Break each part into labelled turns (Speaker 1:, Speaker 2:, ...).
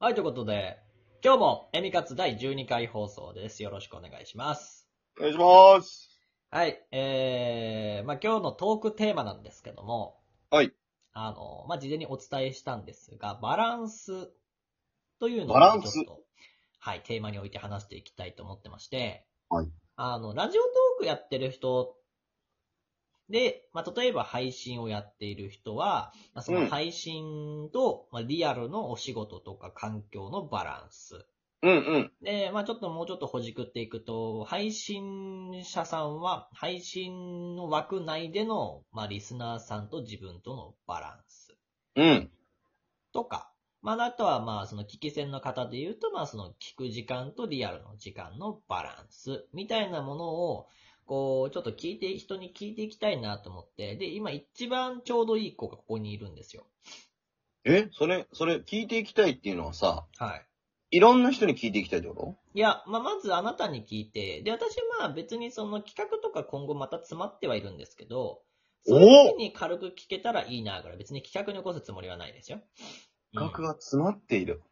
Speaker 1: はい、ということで、今日もエミカツ第12回放送です。よろしくお願いします。
Speaker 2: お願いします。
Speaker 1: はい、えー、まあ今日のトークテーマなんですけども、
Speaker 2: はい。
Speaker 1: あの、まあ事前にお伝えしたんですが、バランスというのを
Speaker 2: バランス
Speaker 1: ちょっと、はい、テーマにおいて話していきたいと思ってまして、
Speaker 2: はい。
Speaker 1: あの、ラジオトークやってる人で、まあ例えば配信をやっている人は、まあ、その配信と、まあリアルのお仕事とか環境のバランス。
Speaker 2: うんうん。
Speaker 1: で、まあちょっともうちょっとほじくっていくと、配信者さんは、配信の枠内での、まあリスナーさんと自分とのバランス
Speaker 2: うん。
Speaker 1: とか、まああとはまあその聞き戦の方で言うと、まあその聞く時間とリアルの時間のバランスみたいなものを、こう、ちょっと聞いて、人に聞いていきたいなと思って、で、今一番ちょうどいい子がここにいるんですよ。
Speaker 2: えそれ、それ、聞いていきたいっていうのはさ、
Speaker 1: はい。
Speaker 2: いろんな人に聞いていきたいってこ
Speaker 1: いや、まあ、まずあなたに聞いて、で、私まあ別にその企画とか今後また詰まってはいるんですけど、そ
Speaker 2: おお
Speaker 1: ういう時に軽く聞けたらいいなぐらい、別に企画に起こすつもりはないですよ。
Speaker 2: と
Speaker 1: うん
Speaker 2: 額が詰まっている。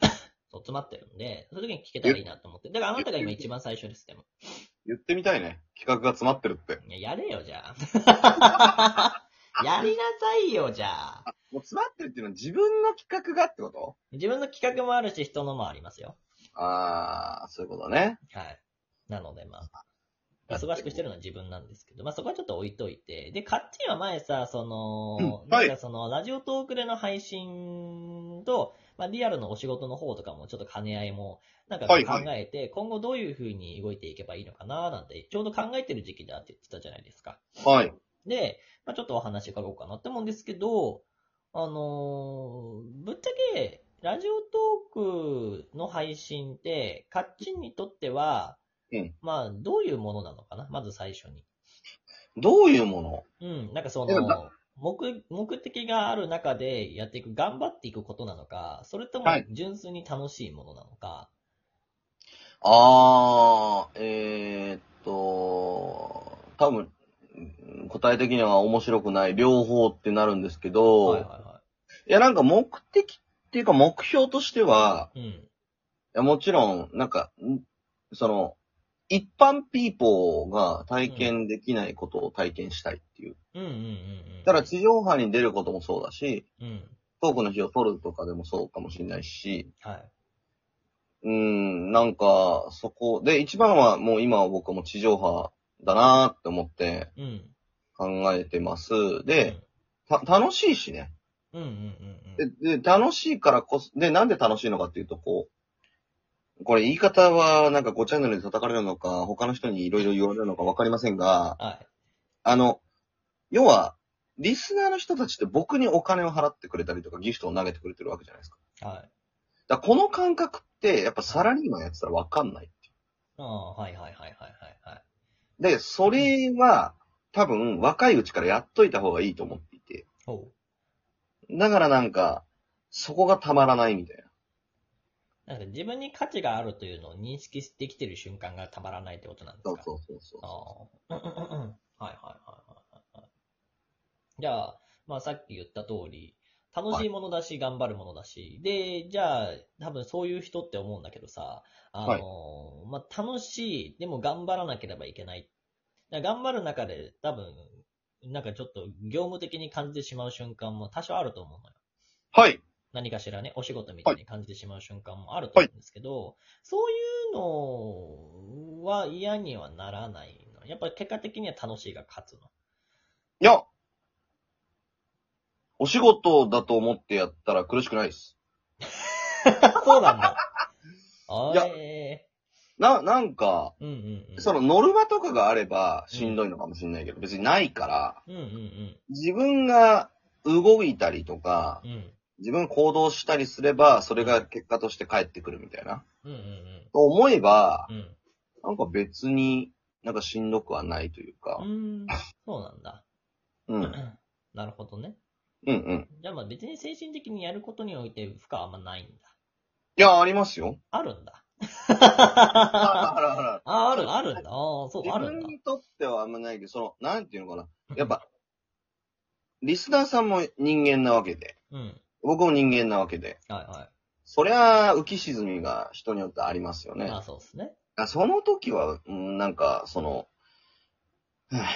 Speaker 1: そう詰まってるんで、そういう時に聞けたらいいなと思って。だからあなたが今一番最初です、でも。
Speaker 2: 言ってみたいね。企画が詰まってるって。
Speaker 1: いや、やれよ、じゃ あ。やりなさいよ、じゃあ。
Speaker 2: もう詰まってるっていうのは自分の企画がってこと
Speaker 1: 自分の企画もあるし、人のもありますよ。
Speaker 2: あー、そういうことね。
Speaker 1: はい。なので、まあ、忙しくしてるのは自分なんですけど、まあそこはちょっと置いといて、で、カッチンは前さ、その、
Speaker 2: うんはい
Speaker 1: なんかその、ラジオトークでの配信と、まあリアルのお仕事の方とかもちょっと兼ね合いも、なんかこう
Speaker 2: はい
Speaker 1: 考
Speaker 2: はい
Speaker 1: えて、今後どういうふうに動いていけばいいのかななんて、ちょうど考えてる時期だって言ってたじゃないですか。
Speaker 2: はい。
Speaker 1: で、まあ、ちょっとお話伺おうかなって思うんですけど、あのーぶっちゃけ、ラジオトークの配信って、カッチンにとっては、
Speaker 2: うん
Speaker 1: まあ、どういうものなのかなまず最初に。
Speaker 2: どういうもの
Speaker 1: うん、なんかそ
Speaker 2: いや
Speaker 1: の、目、目的がある中でやっていく、頑張っていくことなのか、それとも
Speaker 2: はい
Speaker 1: 純粋に楽しいものなのか。
Speaker 2: あー、えーっと、多分、うん答え的には面白くない。両方ってなるんですけど、
Speaker 1: はいはい
Speaker 2: やなんか目的っていうか目標としては、
Speaker 1: いはい。うん。
Speaker 2: いや、もちろん、なんか、んその、一般ピーポーが体験できないことを体験したいっていう。
Speaker 1: うんうんうんうん。
Speaker 2: だから地上波に出ることもそうだし、
Speaker 1: うん。
Speaker 2: トークの日を撮るとかでもそうかもしれないし、
Speaker 1: はい。
Speaker 2: うーん、なんか、そこ、で、一番はもう今は僕はもう地上波だなーって思って
Speaker 1: うん。
Speaker 2: 考えてます。で、た、楽しいしね。
Speaker 1: うん、うんうんうんうん。
Speaker 2: で、で、楽しいからこそ、で、なんで楽しいのかっていうと、こう、これ言い方は、なんか5チャンネルで叩かれるのか、他の人にいろいろ言われるのかわかりませんが、
Speaker 1: はい。
Speaker 2: あの、要は、リスナーの人たちって僕にお金を払ってくれたりとか、ギフトを投げてくれてるわけじゃないですか。
Speaker 1: はい。
Speaker 2: だからこの感覚って、やっぱサラリーマンやってたらわかんないってい
Speaker 1: ああ、はいはいはいはいはいはい。
Speaker 2: う。で、それは、多分、若いうちからやっといた方がいいと思っていて、
Speaker 1: ほう。
Speaker 2: だからなんか、そこがたまらないみたい
Speaker 1: な
Speaker 2: な。
Speaker 1: んか自分に価値があるというのを認識できてる瞬間がたまらないってことなんですか
Speaker 2: そうそうそうそう。
Speaker 1: ああ。はいはいはいはいはい。じゃあ、まあさっき言った通り、楽しいものだし、頑張るものだし、で、じゃあ、多分そういう人って思うんだけどさ、あの、
Speaker 2: はい
Speaker 1: まあ楽しい、でも頑張らなければいけない。だから頑張る中で多分、なんかちょっと業務的に感じてしまう瞬間も多少あると思うのよ。
Speaker 2: はい。
Speaker 1: 何かしらね、お仕事みたいに感じてしまう瞬間もあると思うんですけど、そういうのは嫌にはならないの。やっぱり結果的には楽しいが勝つの。
Speaker 2: いや、お仕事だと思ってやったら苦しくないです。
Speaker 1: そうなんだ。あ
Speaker 2: いや
Speaker 1: え
Speaker 2: な、なんか、
Speaker 1: ー、うんうんうん。
Speaker 2: そのノルマとかがあればしんどいのかもしれないけど、別にないから、
Speaker 1: うんうんうん。
Speaker 2: 自分が動いたりとか、
Speaker 1: うん。
Speaker 2: 自分が行動したりすれば、それが結果として返ってくるみたいな。
Speaker 1: うんうん
Speaker 2: と思えば、
Speaker 1: うん。うん。
Speaker 2: なんか別になんかしんどくはないという
Speaker 1: う
Speaker 2: か、
Speaker 1: ーん、そうなんだ。
Speaker 2: うん、うん、
Speaker 1: なるほどね。
Speaker 2: うん。
Speaker 1: じゃあまあ別に精神的にやることにおいて負荷はあんまないんだ。
Speaker 2: いや、ありま すよ。
Speaker 1: あるんだ。
Speaker 2: あ
Speaker 1: あ、
Speaker 2: らあら。
Speaker 1: ある、あるんだ。ああ、そう、あ
Speaker 2: 自
Speaker 1: るん
Speaker 2: 分
Speaker 1: だ。
Speaker 2: にとってはあんまないけど、その、なんていうのかな。やっぱ、リスナーさんも人間なわけで、
Speaker 1: うん。
Speaker 2: 僕も人間なわけで、
Speaker 1: はいは
Speaker 2: そりゃ、浮き沈みが人によってありますよね。
Speaker 1: まあそうですね。
Speaker 2: あその時は、うんなんか、その、 はぁっ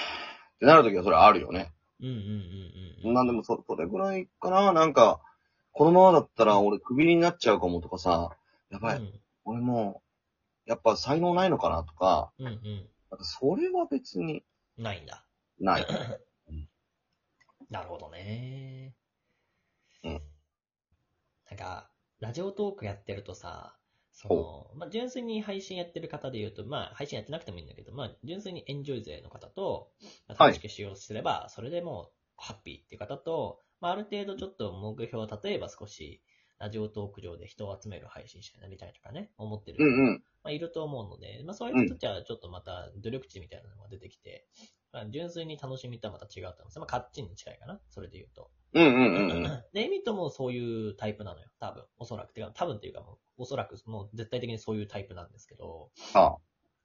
Speaker 2: てなる時はそれあるよね。
Speaker 1: うんうんうんうん。
Speaker 2: なんでもそ、それぐらいかななんか、このままだったら俺クビになっちゃうかもとかさ、やばい、
Speaker 1: うん
Speaker 2: 俺もう、やっぱ才能ないのかなとか、
Speaker 1: うんうん。
Speaker 2: なんかそれは別に
Speaker 1: ないんだ。
Speaker 2: ない。
Speaker 1: なるほどね。
Speaker 2: うん
Speaker 1: なんか、ラジオトークやってるとさ、その、まあ、純粋に配信やってる方で言うと、まあ、配信やってなくてもいいんだけど、まあ、純粋にエンジョイ勢の方と、まあ
Speaker 2: はい
Speaker 1: 楽しく使用すれば、それでもう、ハッピーっていう方と、まあ、ある程度ちょっと目標を、例えば少し、ラジオトーク上で人を集める配信者になりたいとかね、思ってる。
Speaker 2: うんうん。
Speaker 1: まあ、いると思うので、まあ、そういう人たちはちょっとまた努力値みたいなのが出てきて、まあ、純粋に楽しみとはまた違うと思うんですよまあ、カッチンに近いかな、それで言うと。
Speaker 2: うんうんうんうん。
Speaker 1: で、エミともそういうタイプなのよ、多分。おそらく。てか、多分っていうかもう、おそらく、もう絶対的にそういうタイプなんですけど、
Speaker 2: さあ、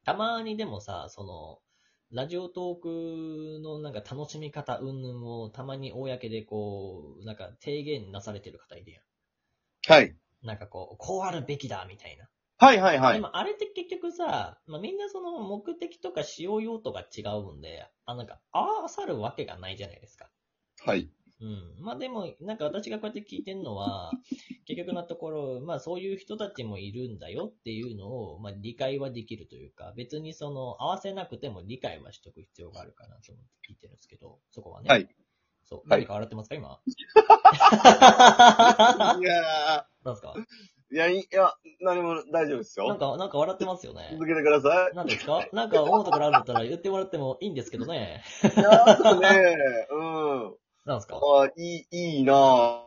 Speaker 1: たまにでもさ、その、ラジオトークのなんか楽しみ方云々をたまに公でこう、なんか提言なされてる方いるや
Speaker 2: はい。
Speaker 1: ん。なんかこう、こうあるべきだ、みたいな。
Speaker 2: はいはいは
Speaker 1: で
Speaker 2: い。
Speaker 1: もあれって結局さ、まあ、みんなその目的とか使用用途が違うんで、あなんか合わさるわけがないじゃないですか。
Speaker 2: はい。
Speaker 1: うん。まあでも、なんか私がこうやって聞いてるのは、結局のところ、まあそういう人たちもいるんだよっていうのを、まあ理解はできるというか、別にその合わせなくても理解はしとく必要があるかなと思って聞いてるんですけど、そこはね。
Speaker 2: はい。
Speaker 1: そう。
Speaker 2: はい
Speaker 1: 何か笑ってますか、 今。
Speaker 2: いや
Speaker 1: なんですか
Speaker 2: ー、いや、いや、何も大丈夫です
Speaker 1: なん
Speaker 2: よ。
Speaker 1: か、なんか笑ってますよね
Speaker 2: 続。けてください。
Speaker 1: なんですかなんか思うところあるんだったら言ってもらってもいいんですけどね。
Speaker 2: いやー、そうね、うん。
Speaker 1: なん ですか
Speaker 2: あーいい、いいな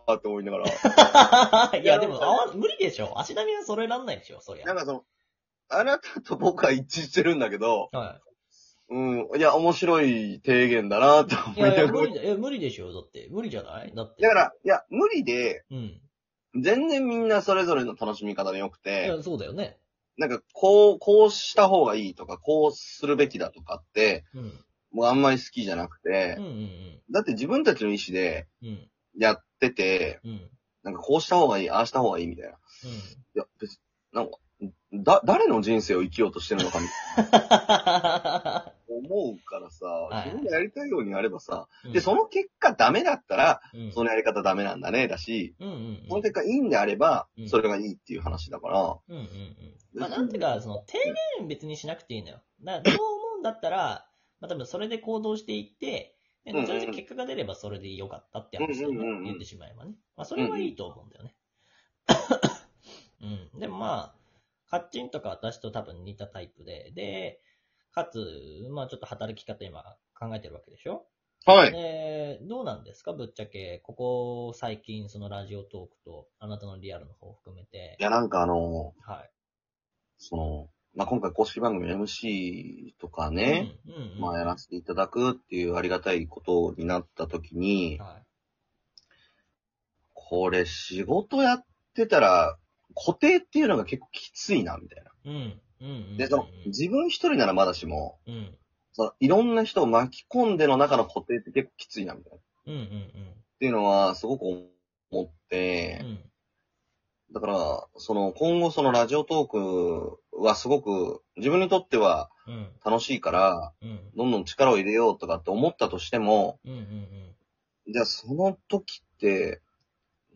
Speaker 2: ーって思いながら。
Speaker 1: いや、でも、あわ無理でしょ。足並みは揃えらんないでしょ、そりゃ。
Speaker 2: なんかその、あなたと僕は一致してるんだけど、
Speaker 1: は
Speaker 2: うん、いや、面白い提言だなと思
Speaker 1: い。い
Speaker 2: いな
Speaker 1: やいや、
Speaker 2: がら。
Speaker 1: 無理だ、え、無理でしょ、だって。無理じゃないだって。
Speaker 2: だから、いや、無理で、
Speaker 1: うん。い
Speaker 2: 全然みんなそれぞれの楽しみ方でよくて、
Speaker 1: や、そうだよね。
Speaker 2: なんか、こう、こうした方がいいとか、こうするべきだとかって、
Speaker 1: うん。
Speaker 2: もうあんまり好きじゃなくて
Speaker 1: うんう、ん
Speaker 2: だって自分たちの意思で
Speaker 1: うん。うん。
Speaker 2: やってて、
Speaker 1: うん。
Speaker 2: なんかこうした方がいい、ああした方がいいみたいな。い
Speaker 1: うん。
Speaker 2: や、別に、なんか、だ、誰の人生を生きようとしてるのかみたいな 思うからさ
Speaker 1: い、
Speaker 2: 自分がやりたいようにやればさ、
Speaker 1: うん
Speaker 2: で、そ、の結果ダメだったら、
Speaker 1: うん、
Speaker 2: そのやり方ダメなんだね、だし、
Speaker 1: うんうんうん。
Speaker 2: その結果いいんであれば
Speaker 1: う、ん
Speaker 2: それがいいっていう話だから、
Speaker 1: うんうんうん。まあ、なんていうか、その、提言別にしなくていいのよ。だから、そう思うんだったら、まあ、多分それで行動していって、で
Speaker 2: うんうん
Speaker 1: とりあえず結果が出ればそれで良かったって話だよ
Speaker 2: うんうんうんう
Speaker 1: ね
Speaker 2: ん。
Speaker 1: 言ってしまえばね。まあ、それはいいと思うんだよね。うん。でもまあ、カッチンとか私と多分似たタイプで、で、かつ、まあちょっと働き方今考えてるわけでしょ
Speaker 2: はい。
Speaker 1: えーどうなんですかぶっちゃけ、ここ最近、そのラジオトークと、あなたのリアルの方を含めて
Speaker 2: い、や、なんかあの、
Speaker 1: は
Speaker 2: その、まあ、今回公式番組の MC とか
Speaker 1: い。
Speaker 2: ね、
Speaker 1: うんうんうん、
Speaker 2: まあ、やらせていただくっていうありがたいことになった時に、
Speaker 1: は
Speaker 2: これ仕事やってたら、固定っていうのが結構きついな、みたいな。
Speaker 1: い。うん。うんうん、うん。
Speaker 2: で、その、自分一人ならまだしも、
Speaker 1: うん。うん
Speaker 2: その、いろんな人を巻き込んでの中の固定って結構きついな、みたいな。っ
Speaker 1: うん
Speaker 2: ていうのは、すごく思って、
Speaker 1: うん。うん。
Speaker 2: だから、その、今後そのラジオトークはすごく、自分にとっては
Speaker 1: うん。
Speaker 2: 楽しいから、
Speaker 1: うん。
Speaker 2: どんどん力を入れようとかって思ったとしても、
Speaker 1: うん。うん。うん。
Speaker 2: じゃあその時って、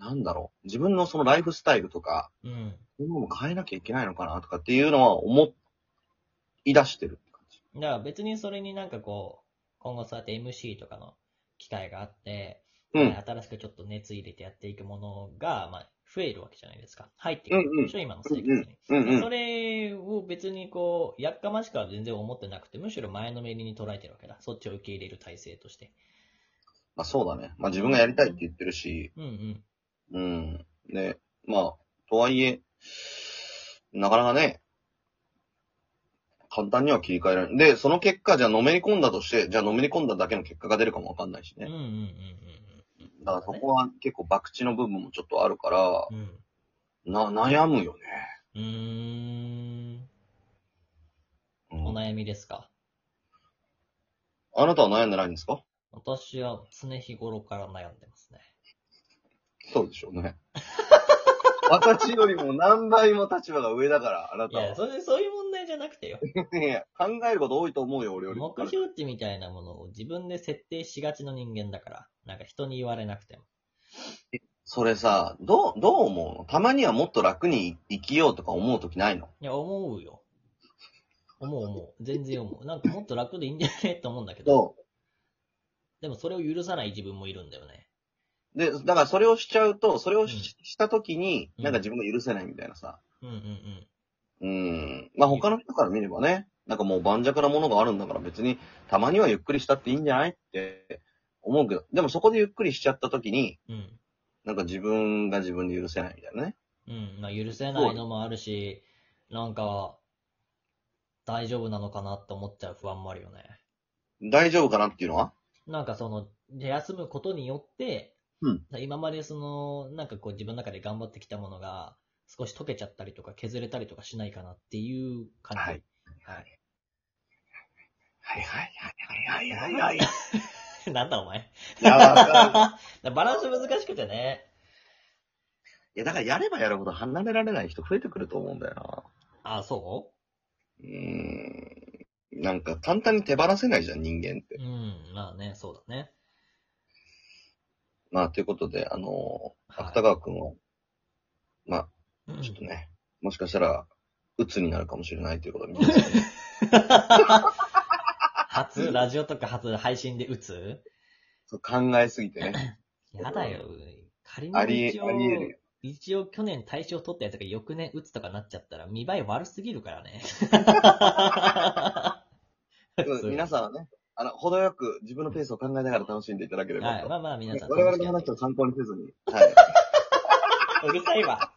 Speaker 2: なんだろう、自分のそのライフスタイルとか、
Speaker 1: うん。
Speaker 2: そういうのも変えなきゃいけないのかなとかっていうのは思い出してるって感じ。
Speaker 1: だから別にそれになんかこう、今後そうやって MC とかの機会があって、
Speaker 2: うん。
Speaker 1: 新しくちょっと熱入れてやっていくものが、まあ、増えるわけじゃないですか。入ってくるでしょ、今の生活に。
Speaker 2: うんうん
Speaker 1: そ。れを別にこう、やっかましくは全然思ってなくて、むしろ前のめりに捉えてるわけだ。そっちを受け入れる体制として。
Speaker 2: まあそうだね。まあ自分がやりたいって言ってるし、
Speaker 1: うんうん。
Speaker 2: うん。ね、まあ、とはいえ、なかなかね、簡単には切り替えられない。で、その結果、じゃあのめり込んだとして、じゃあのめり込んだだけの結果が出るかもわかんないし
Speaker 1: うんうん
Speaker 2: ね。
Speaker 1: うん
Speaker 2: だからそこは結構博打の部分もちょっとあるから
Speaker 1: うん。、うん。
Speaker 2: な、悩むよね。
Speaker 1: うーん。
Speaker 2: うん
Speaker 1: お悩みですか。
Speaker 2: あなたは悩んでないんですか
Speaker 1: 私は常日頃から悩んでますね。
Speaker 2: そうでしょうね。 私よりも何倍も立場が上だから、あないた
Speaker 1: や、
Speaker 2: は。
Speaker 1: それ、そういう問題じゃなくてよ。
Speaker 2: いや考えること多いと思うよ、俺より。
Speaker 1: 目標値みたいなものを自分で設定しがちの人間だから、なんか人に言われなくても。
Speaker 2: それさ、どう、どう思うのたまにはもっと楽に生きようとか思うときないの
Speaker 1: いや、思うよ。思う思う。全然思う。なんかもっと楽でいいんじゃねと思うんだけど、
Speaker 2: そ
Speaker 1: でもそれを許さない自分もいるんだよね。
Speaker 2: う。で、だからそれをしちゃうと、それをし,、
Speaker 1: うん
Speaker 2: たときに、
Speaker 1: うん
Speaker 2: なんか自分が許せないみたいなさ。
Speaker 1: うんうんうん。
Speaker 2: うん。まあ他の人から見ればね、なんかもう盤石なものがあるんだから別に、たまにはゆっくりしたっていいんじゃないって思うけど、でもそこでゆっくりしちゃったときに、
Speaker 1: うん。
Speaker 2: なんか自分が自分で許せないみたいなね。
Speaker 1: うん。まあ、許せないのもあるし、なんか、大丈夫なのかなって思っちゃう不安もあるよね。
Speaker 2: 大丈夫かなっていうのは
Speaker 1: なんかその、で休むことによって、
Speaker 2: うん
Speaker 1: 今までその、なんかこう自分の中で頑張ってきたものが、少し溶けちゃったりとか削れたりとかしないかなっていう感じ。
Speaker 2: はい。
Speaker 1: はい。
Speaker 2: はいはいはいはいはいはい。い
Speaker 1: なんだお前。
Speaker 2: や、わかる
Speaker 1: バランス難しくてね。
Speaker 2: いや、だからやればやるほど離れられない人増えてくると思うんだよな。
Speaker 1: あ、そう
Speaker 2: ーん。なんか簡単に手放せないじゃん、人間って。
Speaker 1: ううん、まあね、そうだね。
Speaker 2: まあ、ということで、あの
Speaker 1: は
Speaker 2: ー、
Speaker 1: い
Speaker 2: 芥川くんは、まあ、
Speaker 1: う
Speaker 2: ちょっと
Speaker 1: ん
Speaker 2: ね、もしかしたら、鬱になるかもしれないということで、 皆さんね
Speaker 1: 初、ラジオとか初配信で打つ
Speaker 2: そう考えすぎてね。
Speaker 1: やだよ。仮
Speaker 2: あ
Speaker 1: に
Speaker 2: り
Speaker 1: 一
Speaker 2: え、
Speaker 1: 応
Speaker 2: あ、りえるよ。
Speaker 1: 一応去年大賞取ったやつが翌年打つとかなっちゃったら見栄え悪すぎるからね。
Speaker 2: そう皆さんはね、あの、程よく自分のペースを考えながら楽しんでいただけれ ば
Speaker 1: はい、
Speaker 2: と。
Speaker 1: まあまあ皆さん。
Speaker 2: 我々の話を
Speaker 1: 楽し
Speaker 2: 参考にせずに。はい。
Speaker 1: くやってうるさいわ。